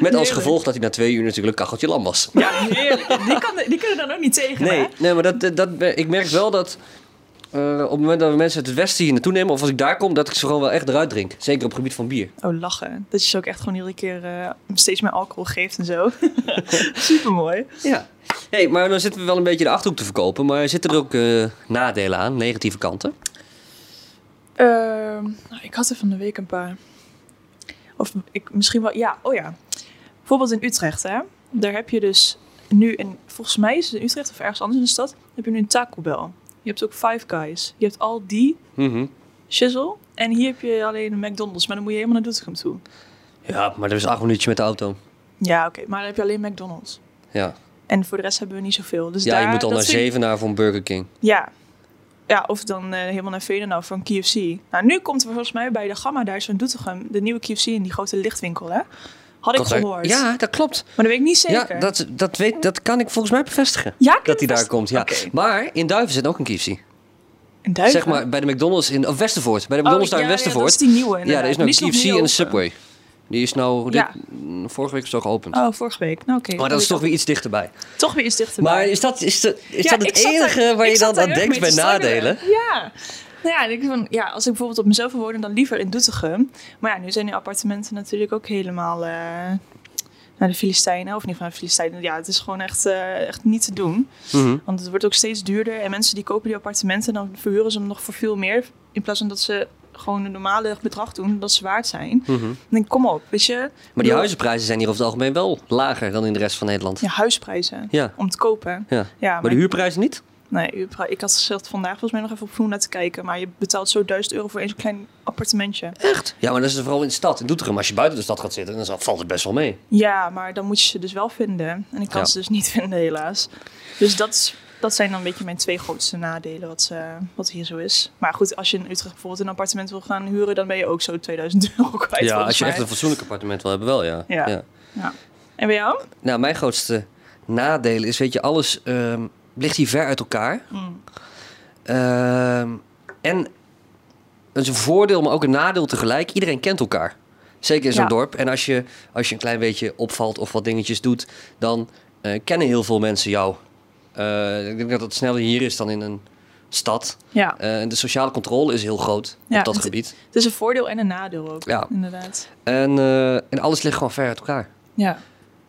Speaker 1: als
Speaker 2: Heerlijk.
Speaker 1: gevolg dat hij na twee uur natuurlijk een kacheltje lam was.
Speaker 2: Ja, heerlijk. Die, kan, die kunnen dan ook niet tegen,
Speaker 1: Nee,
Speaker 2: hè?
Speaker 1: nee maar dat, dat- dat, ik merk wel dat eh, op het moment dat we mensen uit het westen hier naartoe nemen... of als ik daar kom, dat ik ze gewoon wel echt eruit drink. Zeker op het gebied van bier.
Speaker 2: Oh, lachen. Dat je ze ook echt gewoon iedere keer eh, steeds meer alcohol geeft en zo. Supermooi.
Speaker 1: Ja. Hey, maar dan zitten we wel een beetje de achterhoek te verkopen. Maar zitten er ook eh, nadelen aan, negatieve kanten?
Speaker 2: Ehm, nou, ik had er van de week een paar. Of ik, misschien wel, ja, oh ja. Bijvoorbeeld in Utrecht, hè. Daar heb je dus nu, een, volgens mij is het in Utrecht of ergens anders in de stad, heb je nu een Taco Bell. Je hebt ook Five Guys. Je hebt al die
Speaker 1: Mhm.
Speaker 2: shizzle. En hier heb je alleen een McDonald's, maar dan moet je helemaal naar Doetinchem toe.
Speaker 1: Ja, maar dat is acht minuutjes met de auto.
Speaker 2: Ja, oké, maar dan heb je alleen McDonald's.
Speaker 1: Ja,
Speaker 2: En voor de rest hebben we niet zoveel. Dus
Speaker 1: ja
Speaker 2: daar,
Speaker 1: je moet al
Speaker 2: dat
Speaker 1: naar
Speaker 2: vind ik-
Speaker 1: Zevenaar voor een Burger King.
Speaker 2: Ja. Ja, of dan eh, helemaal naar Veenendaal van KFC. Nou, nu komt er volgens mij bij de Gamma daar zo'n Doetinchem de nieuwe KFC in die grote lichtwinkel, hè? Had ik
Speaker 1: Kan zijn-
Speaker 2: gehoord.
Speaker 1: Ja, dat klopt.
Speaker 2: Maar dat weet ik niet zeker.
Speaker 1: Ja, dat, dat, weet, dat kan ik volgens mij bevestigen.
Speaker 2: Ja, kan
Speaker 1: dat
Speaker 2: je
Speaker 1: hij daar
Speaker 2: vast-
Speaker 1: komt, ja.
Speaker 2: Oké.
Speaker 1: Maar in Duiven zit ook een KFC.
Speaker 2: Een duivel?
Speaker 1: Zeg maar bij de McDonald's in of Westervoort. Bij de
Speaker 2: Oh,
Speaker 1: McDonald's daar
Speaker 2: ja,
Speaker 1: in
Speaker 2: Ja, dat
Speaker 1: Westervoort.
Speaker 2: is die nieuwe
Speaker 1: Ja, er is nou
Speaker 2: een
Speaker 1: een KFC en een Subway. Die is nou dit-
Speaker 2: Ja.
Speaker 1: mm, vorige week of zo geopend.
Speaker 2: Oh, vorige week. Nou, oké.
Speaker 1: maar dat is toch weer iets dichterbij.
Speaker 2: toch weer iets dichterbij.
Speaker 1: Maar is dat, is dat, is
Speaker 2: Ja,
Speaker 1: dat het
Speaker 2: ik zat
Speaker 1: enige
Speaker 2: daar-
Speaker 1: waar
Speaker 2: ik
Speaker 1: je
Speaker 2: zat
Speaker 1: dan
Speaker 2: daar
Speaker 1: aan
Speaker 2: heel erg
Speaker 1: denkt
Speaker 2: mee
Speaker 1: bij
Speaker 2: te
Speaker 1: nadelen?
Speaker 2: struggelen. Ja. Nou ja, en ik van, ja, als ik bijvoorbeeld op mezelf wil wonen, dan liever in Doetinchem. Maar ja, nu zijn die appartementen natuurlijk ook helemaal eh, naar de Filistijnen. Of niet van de Filistijnen. Ja, het is gewoon echt, eh, echt niet te doen.
Speaker 1: Mhm.
Speaker 2: Want het wordt ook steeds duurder. En mensen die kopen die appartementen, dan verhuren ze hem nog voor veel meer. In plaats van dat ze gewoon een normale bedrag doen, dat ze waard zijn.
Speaker 1: Mhm.
Speaker 2: Dan denk ik, kom op, weet je.
Speaker 1: Maar die
Speaker 2: Ja.
Speaker 1: huizenprijzen zijn hier over het algemeen wel lager dan in de rest van Nederland.
Speaker 2: Ja, huisprijzen.
Speaker 1: Ja.
Speaker 2: Om te kopen.
Speaker 1: Ja.
Speaker 2: Ja,
Speaker 1: Maar de huurprijzen niet?
Speaker 2: Nee, u- ik had gezegd vandaag volgens mij nog even op Vroom te kijken. Maar je betaalt zo 1000 euro voor één zo'n klein appartementje.
Speaker 1: Echt? Ja, maar dat is vooral in de stad. In Doetinchem, als je buiten de stad gaat zitten, dan zal- valt het best wel mee.
Speaker 2: Ja, maar dan moet je ze dus wel vinden. En ik kan
Speaker 1: Ja.
Speaker 2: ze dus niet vinden helaas. Dus dat, is- dat zijn dan een beetje mijn twee grootste nadelen wat, eh, wat hier zo is. Maar goed, als je in Utrecht bijvoorbeeld een appartement wil gaan huren... dan ben je ook zo 2000 euro kwijt
Speaker 1: ja,
Speaker 2: volgens
Speaker 1: als je
Speaker 2: mij.
Speaker 1: echt een fatsoenlijk appartement wil hebben, wel ja.
Speaker 2: Ja. Ja. En bij jou?
Speaker 1: Nou, mijn grootste nadeel is, weet je, alles ehm, ligt hier ver uit elkaar.
Speaker 2: Mm.
Speaker 1: Ehm, en dat is een voordeel, maar ook een nadeel tegelijk. Iedereen kent elkaar. Zeker in zo'n
Speaker 2: Ja.
Speaker 1: dorp. En als je, als je een klein beetje opvalt of wat dingetjes doet, dan eh, kennen heel veel mensen jou. Eh, ik denk dat dat sneller hier is dan in een stad.
Speaker 2: Ja,
Speaker 1: Eh, en de sociale controle is heel groot
Speaker 2: Ja,
Speaker 1: op dat
Speaker 2: het-
Speaker 1: gebied.
Speaker 2: het is een voordeel en een nadeel ook.
Speaker 1: Ja.
Speaker 2: Inderdaad.
Speaker 1: En, eh, en alles ligt gewoon ver uit elkaar.
Speaker 2: Ja.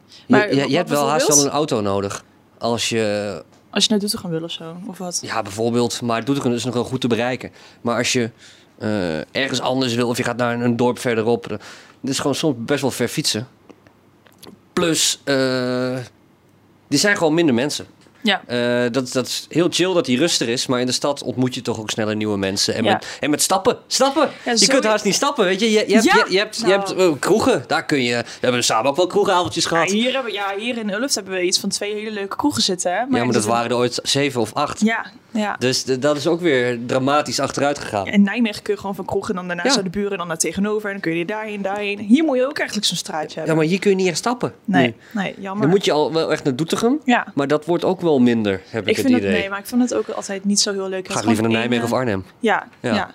Speaker 1: Je-
Speaker 2: Maar
Speaker 1: je, je,
Speaker 2: wat
Speaker 1: hebt wel haast
Speaker 2: bijvoorbeeld?
Speaker 1: wel een auto nodig. Als je
Speaker 2: Als je naar Doetinchem wil of zo, of wat?
Speaker 1: Ja, bijvoorbeeld. Maar Doetinchem is nog wel goed te bereiken. Maar als je eh, ergens anders wil of je gaat naar een, een dorp verderop. eh, Het is gewoon soms best wel ver fietsen. Plus, eh er zijn gewoon minder mensen.
Speaker 2: Ja.
Speaker 1: Eh, dat, dat is heel chill dat die rustig is. Maar in de stad ontmoet je toch ook sneller nieuwe mensen. En,
Speaker 2: Ja.
Speaker 1: met, en met stappen. Stappen! je
Speaker 2: zo-
Speaker 1: kunt haast niet stappen, weet je. Je, je hebt,
Speaker 2: Ja.
Speaker 1: je, je hebt, je hebt
Speaker 2: Nou.
Speaker 1: eh, kroegen. Daar kun je... We hebben samen ook wel kroegavondjes
Speaker 2: Ja,
Speaker 1: gehad. Ja,
Speaker 2: hier, hebben, ja, hier in Ulft hebben we iets van twee hele leuke kroegen zitten. Hè?
Speaker 1: maar, dat
Speaker 2: zitten-
Speaker 1: waren er ooit zeven of acht.
Speaker 2: Ja, ja.
Speaker 1: Dus d- dat is ook weer dramatisch achteruit gegaan.
Speaker 2: In Nijmegen kun je gewoon van kroegen en dan daarnaast
Speaker 1: Ja.
Speaker 2: naar de buren en dan naar tegenover. En dan kun je daarheen, daarheen. Hier moet je ook eigenlijk zo'n straatje
Speaker 1: Ja,
Speaker 2: hebben.
Speaker 1: maar hier kun je niet echt stappen.
Speaker 2: nee,
Speaker 1: Nu.
Speaker 2: nee, jammer.
Speaker 1: Dan moet je al wel echt naar Doetinchem.
Speaker 2: Ja,
Speaker 1: Maar dat wordt ook wel minder, heb ik,
Speaker 2: ik vind
Speaker 1: het
Speaker 2: het,
Speaker 1: idee.
Speaker 2: nee, maar ik vond het ook altijd niet zo heel leuk.
Speaker 1: Ga ik liever naar Nijmegen of
Speaker 2: Arnhem?
Speaker 1: Arnhem.
Speaker 2: Ja,
Speaker 1: Ja.
Speaker 2: ja.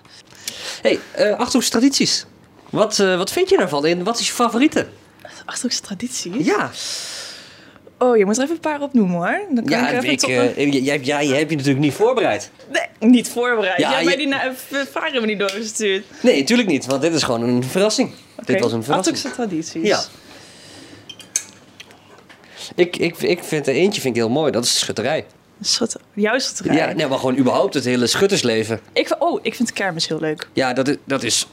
Speaker 1: hey, eh Achterhoekse tradities. Wat, eh, wat vind je daarvan? En wat is je favoriete?
Speaker 2: Achterhoekse traditie.
Speaker 1: Ja,
Speaker 2: Oh, je moet er even een paar opnoemen hoor. Dan kan
Speaker 1: ja
Speaker 2: ik er even
Speaker 1: ik,
Speaker 2: tot-
Speaker 1: eh, jij, jij, jij hebt je natuurlijk niet voorbereid.
Speaker 2: Nee, niet voorbereid.
Speaker 1: Ja,
Speaker 2: Ja, maar
Speaker 1: je-
Speaker 2: die na- eh, vragen hebben we niet doorgestuurd.
Speaker 1: Nee, natuurlijk niet, want dit is gewoon een verrassing. Dit
Speaker 2: Oké,
Speaker 1: was een verrassing.
Speaker 2: Achterhoekse tradities.
Speaker 1: Ja. Ik, ik, ik vind er eentje vind ik heel mooi, dat is de schutterij.
Speaker 2: Schutter, jouw schutterij.
Speaker 1: Ja, nee, maar gewoon überhaupt het hele schuttersleven.
Speaker 2: ik, oh, ik vind kermis heel leuk.
Speaker 1: Ja, dat is, dat is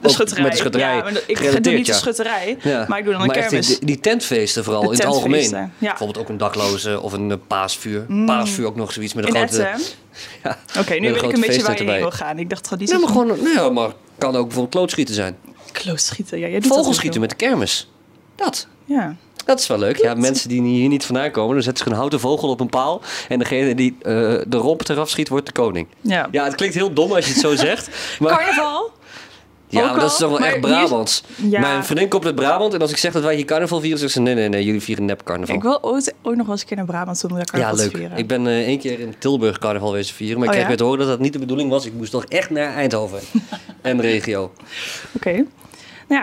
Speaker 2: De
Speaker 1: ook
Speaker 2: schutterij.
Speaker 1: met de schutterij
Speaker 2: Ja, maar dat- ik doe
Speaker 1: gerelateerd,
Speaker 2: niet
Speaker 1: ja.
Speaker 2: de schutterij,
Speaker 1: Ja.
Speaker 2: maar ik doe dan een
Speaker 1: echt
Speaker 2: kermis.
Speaker 1: Die, die tentfeesten vooral,
Speaker 2: De
Speaker 1: in het algemeen.
Speaker 2: tentfeesten, ja. Mm.
Speaker 1: Bijvoorbeeld ook een dakloze of een eh, paasvuur. Paasvuur ook nog zoiets met een
Speaker 2: in
Speaker 1: grote...
Speaker 2: Etten.
Speaker 1: Ja,
Speaker 2: Oké,
Speaker 1: met
Speaker 2: nu weet ik
Speaker 1: grote
Speaker 2: een beetje waar
Speaker 1: feesttent
Speaker 2: je heen
Speaker 1: erbij.
Speaker 2: wil gaan. Ik dacht traditie
Speaker 1: Nee, maar
Speaker 2: van
Speaker 1: gewoon... Nee, ja, maar kan ook bijvoorbeeld klootschieten zijn.
Speaker 2: klootschieten. Ja, jij doet dat
Speaker 1: Vogelschieten
Speaker 2: ook
Speaker 1: met de kermis. Dat.
Speaker 2: wel. Ja.
Speaker 1: Dat is wel leuk. Ja, mensen die hier niet vandaan komen, dan zetten ze een houten vogel op een paal. En degene die eh, de romp eraf schiet, wordt de koning.
Speaker 2: Ja.
Speaker 1: Ja, het klinkt heel dom als je het zo zegt. Maar
Speaker 2: Carnaval?
Speaker 1: Ja,
Speaker 2: Ook
Speaker 1: maar dat is
Speaker 2: al,
Speaker 1: toch wel
Speaker 2: maar
Speaker 1: echt
Speaker 2: hier-
Speaker 1: Brabants.
Speaker 2: Ja.
Speaker 1: Mijn vriendin komt uit Brabant en als ik zeg dat wij hier carnaval vieren, zegt ze nee, nee, nee, jullie vieren nep carnaval.
Speaker 2: Ik wil ooit, ooit nog wel eens een keer naar Brabant toe om daar
Speaker 1: ja,
Speaker 2: carnaval
Speaker 1: leuk.
Speaker 2: te vieren.
Speaker 1: Ik ben eh één keer in Tilburg carnaval wezen vieren, maar ik
Speaker 2: Oh,
Speaker 1: kreeg
Speaker 2: ja?
Speaker 1: weer te horen dat dat niet de bedoeling was. Ik moest toch echt naar Eindhoven en regio.
Speaker 2: Oké. Nou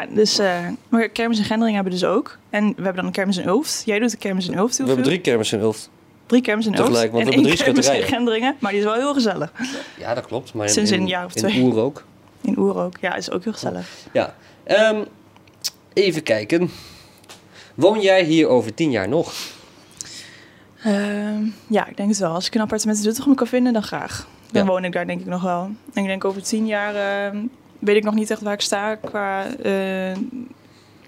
Speaker 2: Ja, dus, eh, maar kermis en Gendringen hebben we dus ook. En we hebben dan een kermis in Hoofd. Jij doet de kermis in Hoofd
Speaker 1: We
Speaker 2: heel
Speaker 1: hebben
Speaker 2: veel.
Speaker 1: drie kermissen in Ulft.
Speaker 2: drie kermis in Hoofd.
Speaker 1: tegelijk, want
Speaker 2: en
Speaker 1: we hebben
Speaker 2: één
Speaker 1: drie
Speaker 2: kermis in
Speaker 1: schutterijen.
Speaker 2: Gendringen. Maar die is wel heel gezellig.
Speaker 1: Ja, dat klopt. Maar in,
Speaker 2: Sinds
Speaker 1: in,
Speaker 2: een jaar of
Speaker 1: in
Speaker 2: twee.
Speaker 1: Oer ook.
Speaker 2: In Oer ook. Ja, is ook heel gezellig.
Speaker 1: Ja. Ehm, even kijken. Woon jij hier over tien jaar nog?
Speaker 2: Ehm, ja, ik denk het wel. Als ik een appartement in Zutphen kan vinden, dan graag. Dan
Speaker 1: Ja.
Speaker 2: woon ik daar denk ik nog wel. En ik denk over tien jaar ehm, weet ik nog niet echt waar ik sta. Qua eh,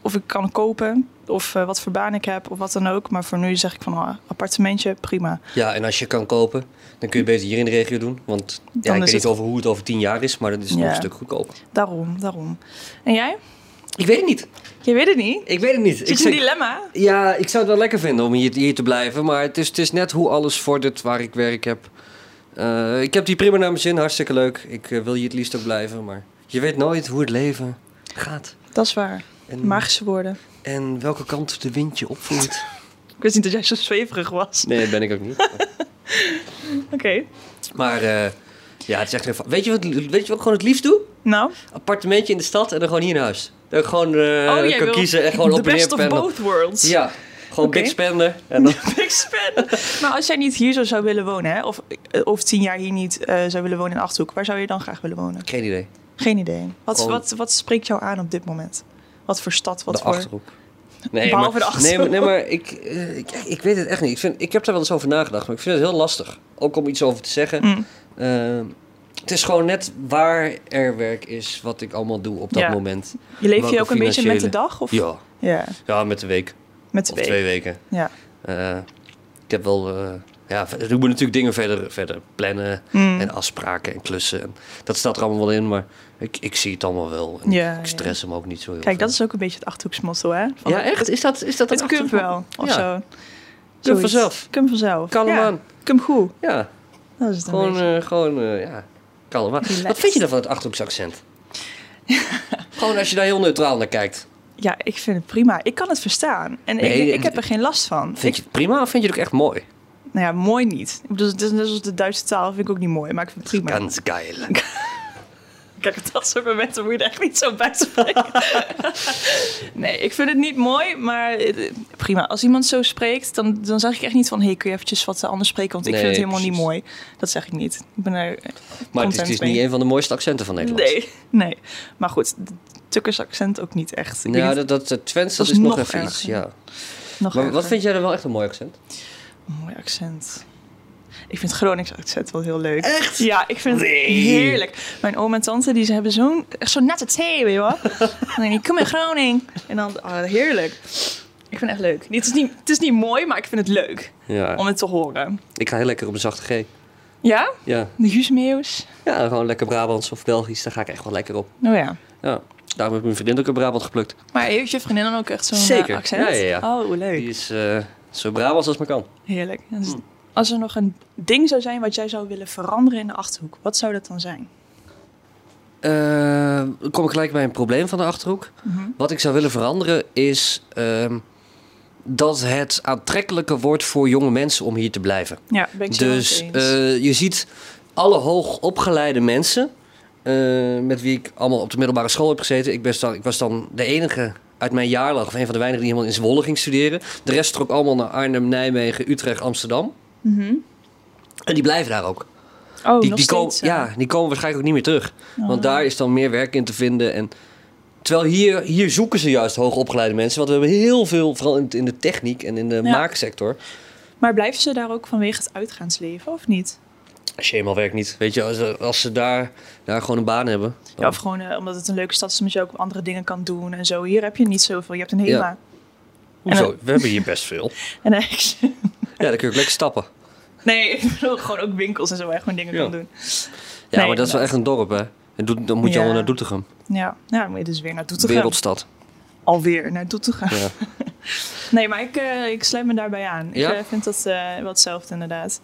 Speaker 2: of ik kan kopen. Of eh, wat voor baan ik heb. Of wat dan ook. Maar voor nu zeg ik van ah, appartementje, prima.
Speaker 1: Ja, en als je kan kopen, dan kun je beter hier in de regio doen. Want ja,
Speaker 2: Dan
Speaker 1: ik
Speaker 2: is
Speaker 1: weet niet
Speaker 2: het-
Speaker 1: over hoe het over tien jaar is, maar dat is nog
Speaker 2: Ja.
Speaker 1: een stuk goedkoper.
Speaker 2: Daarom, daarom. En jij?
Speaker 1: Ik weet het niet.
Speaker 2: Je weet het niet.
Speaker 1: Ik weet het niet.
Speaker 2: Zit
Speaker 1: Ik
Speaker 2: in een
Speaker 1: zeg-
Speaker 2: dilemma?
Speaker 1: ja, ik zou het wel lekker vinden om hier, hier te blijven. Maar het is, het is net hoe alles vordert waar ik werk heb. Eh, ik heb die prima naar mijn zin, hartstikke leuk. Ik eh, wil hier het liefst ook blijven, maar je weet nooit hoe het leven gaat.
Speaker 2: Dat is waar.
Speaker 1: En,
Speaker 2: Magische woorden.
Speaker 1: en welke kant de wind je opvoert.
Speaker 2: Ik wist niet dat jij zo zweverig was.
Speaker 1: Nee, dat ben ik ook niet.
Speaker 2: Oké.
Speaker 1: Maar eh, ja, het is echt... een va- Weet je, wat, weet je wat ik gewoon het liefst doe?
Speaker 2: Nou.
Speaker 1: Eh, Appartementje in de stad en dan gewoon hier naar huis. Dat ik gewoon eh,
Speaker 2: oh, jij
Speaker 1: kan
Speaker 2: wil
Speaker 1: kiezen en gewoon
Speaker 2: the
Speaker 1: op en neer
Speaker 2: best of
Speaker 1: pendelen.
Speaker 2: both worlds.
Speaker 1: Ja, gewoon
Speaker 2: Oké.
Speaker 1: big spenden. En dan,
Speaker 2: Ik span. Maar als jij niet hier zo zou willen wonen, hè? Of, eh, of tien jaar hier niet eh, zou willen wonen in Achterhoek, waar zou je dan graag willen wonen?
Speaker 1: geen idee.
Speaker 2: Geen idee. Wat,
Speaker 1: Gewoon-
Speaker 2: wat, wat spreekt jou aan op dit moment? Wat voor stad, wat
Speaker 1: Oh. de
Speaker 2: voor...
Speaker 1: achterhoek. Nee,
Speaker 2: Behalve
Speaker 1: maar,
Speaker 2: de Achterhoek.
Speaker 1: nee, maar, nee, maar ik, eh, ik, ik weet het echt niet. Ik, vind, ik heb daar wel eens over nagedacht, maar ik vind het heel lastig. Ook om iets over te zeggen.
Speaker 2: Mm.
Speaker 1: Ehm, het is gewoon net waar er werk is, wat ik allemaal doe op dat
Speaker 2: Ja.
Speaker 1: moment.
Speaker 2: Je leeft
Speaker 1: Welke
Speaker 2: je ook een beetje met de
Speaker 1: financiële-
Speaker 2: dag? Of?
Speaker 1: Ja,
Speaker 2: Ja,
Speaker 1: ja met de week.
Speaker 2: met de
Speaker 1: Of
Speaker 2: week.
Speaker 1: twee weken.
Speaker 2: Ja.
Speaker 1: Eh, ik heb wel... eh ja, we doen natuurlijk dingen verder, verder plannen.
Speaker 2: Mm.
Speaker 1: En afspraken en klussen. En dat staat er allemaal wel in, maar ik, ik zie het allemaal wel. En
Speaker 2: Ja,
Speaker 1: ik
Speaker 2: ja.
Speaker 1: stress hem ook niet zo heel
Speaker 2: Kijk,
Speaker 1: veel.
Speaker 2: dat is ook een beetje het Achterhoeksmotto, hè? Van
Speaker 1: Ja, echt? Is dat, is dat
Speaker 2: Het
Speaker 1: een
Speaker 2: kunt
Speaker 1: achtergrond?
Speaker 2: wel, of
Speaker 1: Ja.
Speaker 2: zo.
Speaker 1: Kun
Speaker 2: Zoiets.
Speaker 1: vanzelf.
Speaker 2: Kun vanzelf.
Speaker 1: Kan hem
Speaker 2: ja.
Speaker 1: aan.
Speaker 2: Kun goed.
Speaker 1: Ja,
Speaker 2: Dat is het een
Speaker 1: gewoon,
Speaker 2: beetje.
Speaker 1: eh, gewoon eh, ja, kalm aan.
Speaker 2: Relaxed.
Speaker 1: Wat vind je dan van het Achterhoeksaccent? gewoon als je daar heel neutraal naar kijkt.
Speaker 2: Ja, ik vind het prima. Ik kan het verstaan. En
Speaker 1: Nee,
Speaker 2: ik, ik
Speaker 1: het-
Speaker 2: heb er geen last van.
Speaker 1: Vind je het prima of vind je het ook echt mooi?
Speaker 2: Nou ja, mooi niet. Ik bedoel, het is net als de Duitse taal, vind ik ook niet mooi, maar ik vind het prima.
Speaker 1: Ganz geil.
Speaker 2: Kijk, op dat soort momenten moet je er echt niet zo bij spreken. nee, ik vind het niet mooi, maar eh, prima. Als iemand zo spreekt, dan, dan zeg ik echt niet van... hé, hey, kun je eventjes wat eh, anders spreken, want ik
Speaker 1: Nee,
Speaker 2: vind het helemaal
Speaker 1: precies.
Speaker 2: niet mooi. Dat zeg ik niet. Ik ben
Speaker 1: Maar
Speaker 2: er...
Speaker 1: het is,
Speaker 2: Content
Speaker 1: het is
Speaker 2: mee.
Speaker 1: niet een van de mooiste accenten van Nederland.
Speaker 2: Nee, nee. Maar goed, de Tukkers accent ook niet echt. Ik
Speaker 1: Nou,
Speaker 2: weet
Speaker 1: dat, dat, dat Twents, dat
Speaker 2: Dat
Speaker 1: is,
Speaker 2: is
Speaker 1: nog,
Speaker 2: nog
Speaker 1: even iets.
Speaker 2: erger.
Speaker 1: Ja.
Speaker 2: niet- nog
Speaker 1: Maar wat
Speaker 2: erger.
Speaker 1: vind jij dan wel echt een mooi accent?
Speaker 2: Een mooi accent. Ik vind het Gronings accent wel heel leuk.
Speaker 1: Echt?
Speaker 2: Ja, ik vind
Speaker 1: Nee.
Speaker 2: het heerlijk. Mijn oom en tante die, ze hebben zo'n echt zo'n natte thee, weet je wel. en dan denk ik, kom in Groningen. En dan, ah, heerlijk. Ik vind het echt leuk. Het is, niet, het is niet mooi, maar ik vind het leuk om
Speaker 1: Ja.
Speaker 2: het te horen.
Speaker 1: Ik ga heel lekker op een zachte G.
Speaker 2: Ja?
Speaker 1: Ja.
Speaker 2: De Huusmeeuws.
Speaker 1: ja, gewoon lekker Brabants of Belgisch, daar ga ik echt wel lekker op.
Speaker 2: Nou ja.
Speaker 1: Ja. Daarom heb ik mijn vriendin ook in Brabant geplukt.
Speaker 2: Maar heeft je vriendin dan ook echt zo'n eh,
Speaker 1: Zeker.
Speaker 2: accent?
Speaker 1: Ja, ja, ja.
Speaker 2: Oh, hoe leuk.
Speaker 1: Die Hmm. is eh, zo Brabants als maar kan.
Speaker 2: Heerlijk. En als- Als er nog een ding zou zijn wat jij zou willen veranderen in de Achterhoek, wat zou dat dan zijn?
Speaker 1: Eh, dan kom ik gelijk bij een probleem van de Achterhoek.
Speaker 2: Mhm.
Speaker 1: Wat ik zou willen veranderen is ehm, dat het aantrekkelijker wordt voor jonge mensen om hier te blijven.
Speaker 2: Ja, ben ik zo
Speaker 1: Dus
Speaker 2: met je eens.
Speaker 1: eh, je ziet alle hoogopgeleide mensen eh, met wie ik allemaal op de middelbare school heb gezeten. Ik, ben dan, ik was dan de enige uit mijn jaarlag of een van de weinigen die helemaal in Zwolle ging studeren. De rest trok allemaal naar Arnhem, Nijmegen, Utrecht, Amsterdam.
Speaker 2: Mhm.
Speaker 1: En die blijven daar ook.
Speaker 2: Oh,
Speaker 1: die,
Speaker 2: nog
Speaker 1: die komen-
Speaker 2: steeds, Oh. eh,
Speaker 1: ja, die komen waarschijnlijk ook niet meer terug. Want daar is dan meer werk in te vinden. En, terwijl hier, hier zoeken ze juist hoogopgeleide mensen. Want we hebben heel veel, vooral in, in de techniek en in de maaksector.
Speaker 2: Maar blijven ze daar ook vanwege het uitgaansleven of niet?
Speaker 1: Als je eenmaal werkt niet. Weet je, als, ze- als ze daar, daar gewoon een baan hebben.
Speaker 2: Ja, of gewoon eh, omdat het een leuke stad is, omdat je ook andere dingen kan doen en zo. Hier heb je niet zoveel. Je hebt een HEMA
Speaker 1: Hoezo?
Speaker 2: en
Speaker 1: We hebben hier best veel.
Speaker 2: en een Action.
Speaker 1: Ja, dan kun je ook lekker stappen.
Speaker 2: Nee, ik bedoel gewoon ook winkels en zo waar je gewoon dingen
Speaker 1: Ja.
Speaker 2: kan doen.
Speaker 1: Ja,
Speaker 2: Nee,
Speaker 1: maar dat is wel
Speaker 2: inderdaad.
Speaker 1: echt een dorp, hè. En Doet- dan moet je
Speaker 2: Ja.
Speaker 1: allemaal naar Doetinchem.
Speaker 2: Ja. ja, dan moet je dus weer naar Doetinchem.
Speaker 1: Wereldstad.
Speaker 2: Alweer naar Doetinchem.
Speaker 1: Ja.
Speaker 2: Nee, maar ik, eh, ik sluit me daarbij aan. Ik
Speaker 1: Ja?
Speaker 2: eh, vind dat eh, wel hetzelfde inderdaad.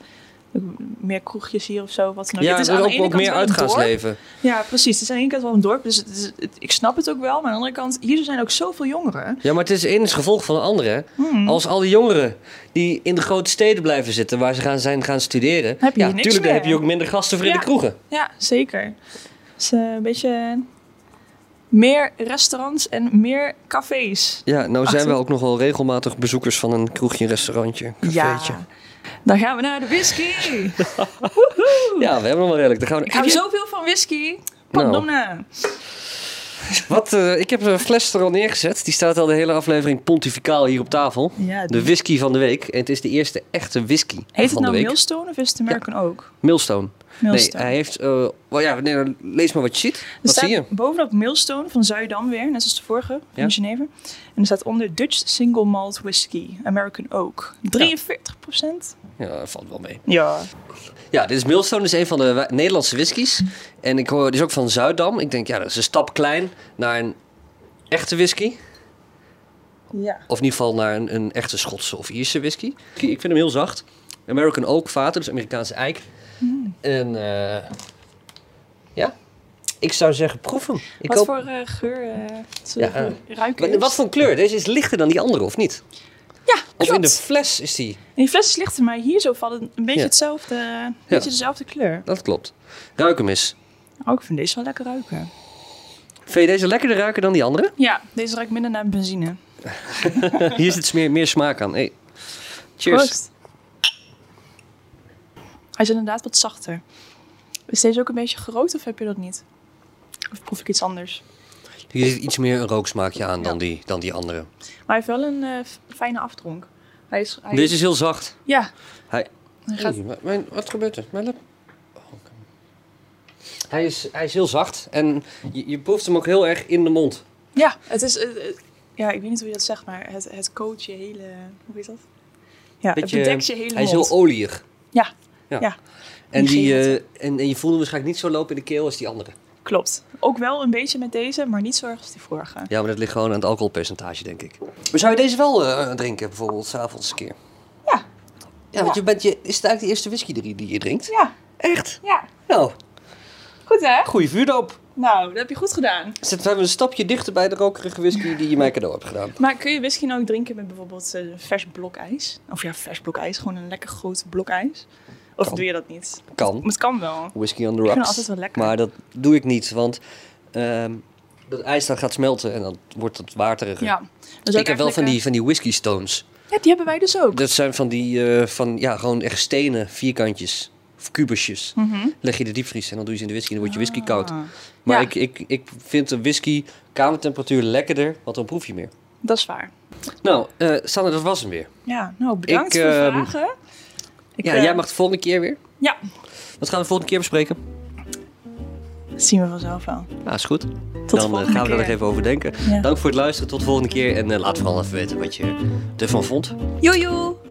Speaker 2: Ook Meer kroegjes hier of zo, wat dan ook.
Speaker 1: Ja,
Speaker 2: Het is
Speaker 1: en
Speaker 2: aan de
Speaker 1: ook,
Speaker 2: ene
Speaker 1: ook
Speaker 2: kant
Speaker 1: meer
Speaker 2: wel een dorp.
Speaker 1: uitgaansleven.
Speaker 2: Ja, precies. Het is aan de ene kant wel een dorp, dus het is- het- ik snap het ook wel. Maar aan de andere kant, hier zijn ook zoveel jongeren.
Speaker 1: Ja, maar het is één is gevolg van de andere. hè.
Speaker 2: Hmm.
Speaker 1: Als al die jongeren die in de grote steden blijven zitten... waar ze gaan, zijn gaan studeren...
Speaker 2: Heb je
Speaker 1: ja,
Speaker 2: hier niks
Speaker 1: tuurlijk, dan
Speaker 2: meer.
Speaker 1: heb je ook minder gasten voor in
Speaker 2: Ja.
Speaker 1: de kroegen.
Speaker 2: Ja, zeker. Het is eh, een beetje meer restaurants en meer cafés.
Speaker 1: Ja, nou zijn
Speaker 2: Achterhoek.
Speaker 1: we ook nog wel regelmatig bezoekers van een kroegje, restaurantje, cafeetje. Ja,
Speaker 2: Dan gaan we naar de whisky.
Speaker 1: we hebben hem wel redelijk. Dan gaan we...
Speaker 2: Ik hou
Speaker 1: Heb je-
Speaker 2: zoveel van whisky. Pardonna.
Speaker 1: Nou, Wat, eh, ik heb een fles er al neergezet. Die staat al de hele aflevering pontificaal hier op tafel.
Speaker 2: Ja,
Speaker 1: De whisky van de week. En het is de eerste echte whisky
Speaker 2: Heet
Speaker 1: van
Speaker 2: het nou
Speaker 1: de week.
Speaker 2: Millstone of is het American ook?
Speaker 1: Millstone.
Speaker 2: Millstone.
Speaker 1: Nee, hij heeft... eh, wel ja, nee, dan lees maar wat je ziet.
Speaker 2: Er
Speaker 1: Wat
Speaker 2: staat
Speaker 1: zie je?
Speaker 2: bovenop Millstone van Zuidam weer, net als de vorige van
Speaker 1: Ja.
Speaker 2: Geneve. En er staat onder Dutch Single Malt Whisky, American Oak. 43 procent.
Speaker 1: Ja, valt wel mee.
Speaker 2: Ja.
Speaker 1: Ja, dit is Millstone. Dit is een van de wa- Nederlandse whiskies. En ik hoor, dit is ook van Zuidam. Ik denk, ja, dat is een stap klein naar een echte whisky.
Speaker 2: ja.
Speaker 1: Of in ieder geval naar een, een echte Schotse of Ierse whisky. Ik vind hem heel zacht. American Oak vaten, dus Amerikaanse eik.
Speaker 2: Hmm.
Speaker 1: En eh, ja, ik zou zeggen proef hem. Ik
Speaker 2: Wat
Speaker 1: hoop-
Speaker 2: voor eh, geur eh
Speaker 1: Ja,
Speaker 2: zullen we ruiken?
Speaker 1: Wat,
Speaker 2: eerst?
Speaker 1: wat voor een kleur? Deze is lichter dan die andere, of niet?
Speaker 2: Ja,
Speaker 1: Of in
Speaker 2: klopt.
Speaker 1: de fles is die.
Speaker 2: En die fles is lichter, maar hier zo valt het een beetje
Speaker 1: Ja.
Speaker 2: hetzelfde, eh, een beetje dezelfde kleur.
Speaker 1: Dat klopt. Ruik hem eens.
Speaker 2: Oh, ik vind deze wel lekker ruiken.
Speaker 1: Vind je deze lekkerder ruiken dan die andere?
Speaker 2: Ja, deze ruikt minder naar benzine.
Speaker 1: Hier zit meer, meer smaak aan. Hey. Cheers.
Speaker 2: Proost. Hij is inderdaad wat zachter. Is deze ook een beetje groot of heb je dat niet? Of proef ik iets anders?
Speaker 1: Hier zit iets meer een rooksmaakje aan dan, die, dan die andere.
Speaker 2: Maar hij heeft wel een eh, f- fijne afdronk. Hij is, hij
Speaker 1: Deze is heel zacht.
Speaker 2: Ja.
Speaker 1: Hij-
Speaker 2: Hij gaat...
Speaker 1: Oei, mijn- mijn- wat gebeurt er? Mijn lip. Oh, oké. hij, is, hij is heel zacht en je, je proeft hem ook heel erg in de mond.
Speaker 2: Ja, het is... eh, eh, ja, ik weet niet hoe je dat zegt, maar het, het coat je hele... Hoe heet dat? Ja,
Speaker 1: Beetje,
Speaker 2: het bedekt je hele
Speaker 1: hij is heel
Speaker 2: mond.
Speaker 1: olieig.
Speaker 2: Ja.
Speaker 1: Ja.
Speaker 2: Ja.
Speaker 1: En,
Speaker 2: Die
Speaker 1: die,
Speaker 2: gele.
Speaker 1: eh, en, en je voelt hem waarschijnlijk niet zo lopen in de keel als die andere.
Speaker 2: Klopt. Ook wel een beetje met deze, maar niet zo erg als die vorige.
Speaker 1: Ja, maar dat ligt gewoon aan het alcoholpercentage, denk ik. Maar zou je deze wel eh, drinken, bijvoorbeeld, s'avonds een keer?
Speaker 2: Ja.
Speaker 1: Ja, want
Speaker 2: Ja.
Speaker 1: Je bent, je, is het eigenlijk de eerste whisky die, die je drinkt?
Speaker 2: Ja,
Speaker 1: Echt?
Speaker 2: ja.
Speaker 1: Nou,
Speaker 2: Goed hè?
Speaker 1: goede vuurdoop.
Speaker 2: Nou, dat heb je goed gedaan.
Speaker 1: Zitten we een stapje dichter bij de rokerige whisky die je mij cadeau hebt gedaan.
Speaker 2: Maar kun je whisky nou ook drinken met bijvoorbeeld eh, vers blok ijs? Of ja, vers blok ijs, gewoon een lekker groot blok ijs. Of
Speaker 1: Kan.
Speaker 2: doe je dat niet? Maar
Speaker 1: Kan.
Speaker 2: het kan wel.
Speaker 1: Whisky on the
Speaker 2: vind
Speaker 1: rocks.
Speaker 2: het altijd wel lekker.
Speaker 1: Maar dat doe ik niet, want ehm, dat ijs dan gaat smelten en dan wordt het wateriger.
Speaker 2: Ja. Dus ook
Speaker 1: ik heb wel
Speaker 2: eigenlijk,
Speaker 1: van die,
Speaker 2: eh,
Speaker 1: van die whisky stones.
Speaker 2: Ja, die hebben wij dus ook.
Speaker 1: Dat zijn van die, eh, van, ja, gewoon echt stenen vierkantjes of kubusjes.
Speaker 2: Mhm.
Speaker 1: Leg je in de diepvries en dan doe je ze in de whisky en dan wordt je whisky koud.
Speaker 2: Ah,
Speaker 1: Maar
Speaker 2: Ja.
Speaker 1: ik, ik, ik vind de whisky kamertemperatuur lekkerder, want dan proef je meer.
Speaker 2: Dat is waar.
Speaker 1: Nou, eh Sanne, dat was hem weer.
Speaker 2: Ja, nou bedankt
Speaker 1: Ik,
Speaker 2: voor de
Speaker 1: ehm,
Speaker 2: vragen. Ik,
Speaker 1: ja,
Speaker 2: eh,
Speaker 1: jij mag de volgende keer weer.
Speaker 2: Ja,
Speaker 1: Wat gaan we de volgende keer bespreken?
Speaker 2: dat zien we vanzelf wel.
Speaker 1: Ja, is goed.
Speaker 2: Tot de
Speaker 1: dan eh, gaan
Speaker 2: volgende
Speaker 1: we daar
Speaker 2: keer.
Speaker 1: nog even over denken.
Speaker 2: Ja.
Speaker 1: Dank voor het luisteren. Tot de volgende keer. En eh, laat vooral even weten wat je ervan vond.
Speaker 2: Joejoe!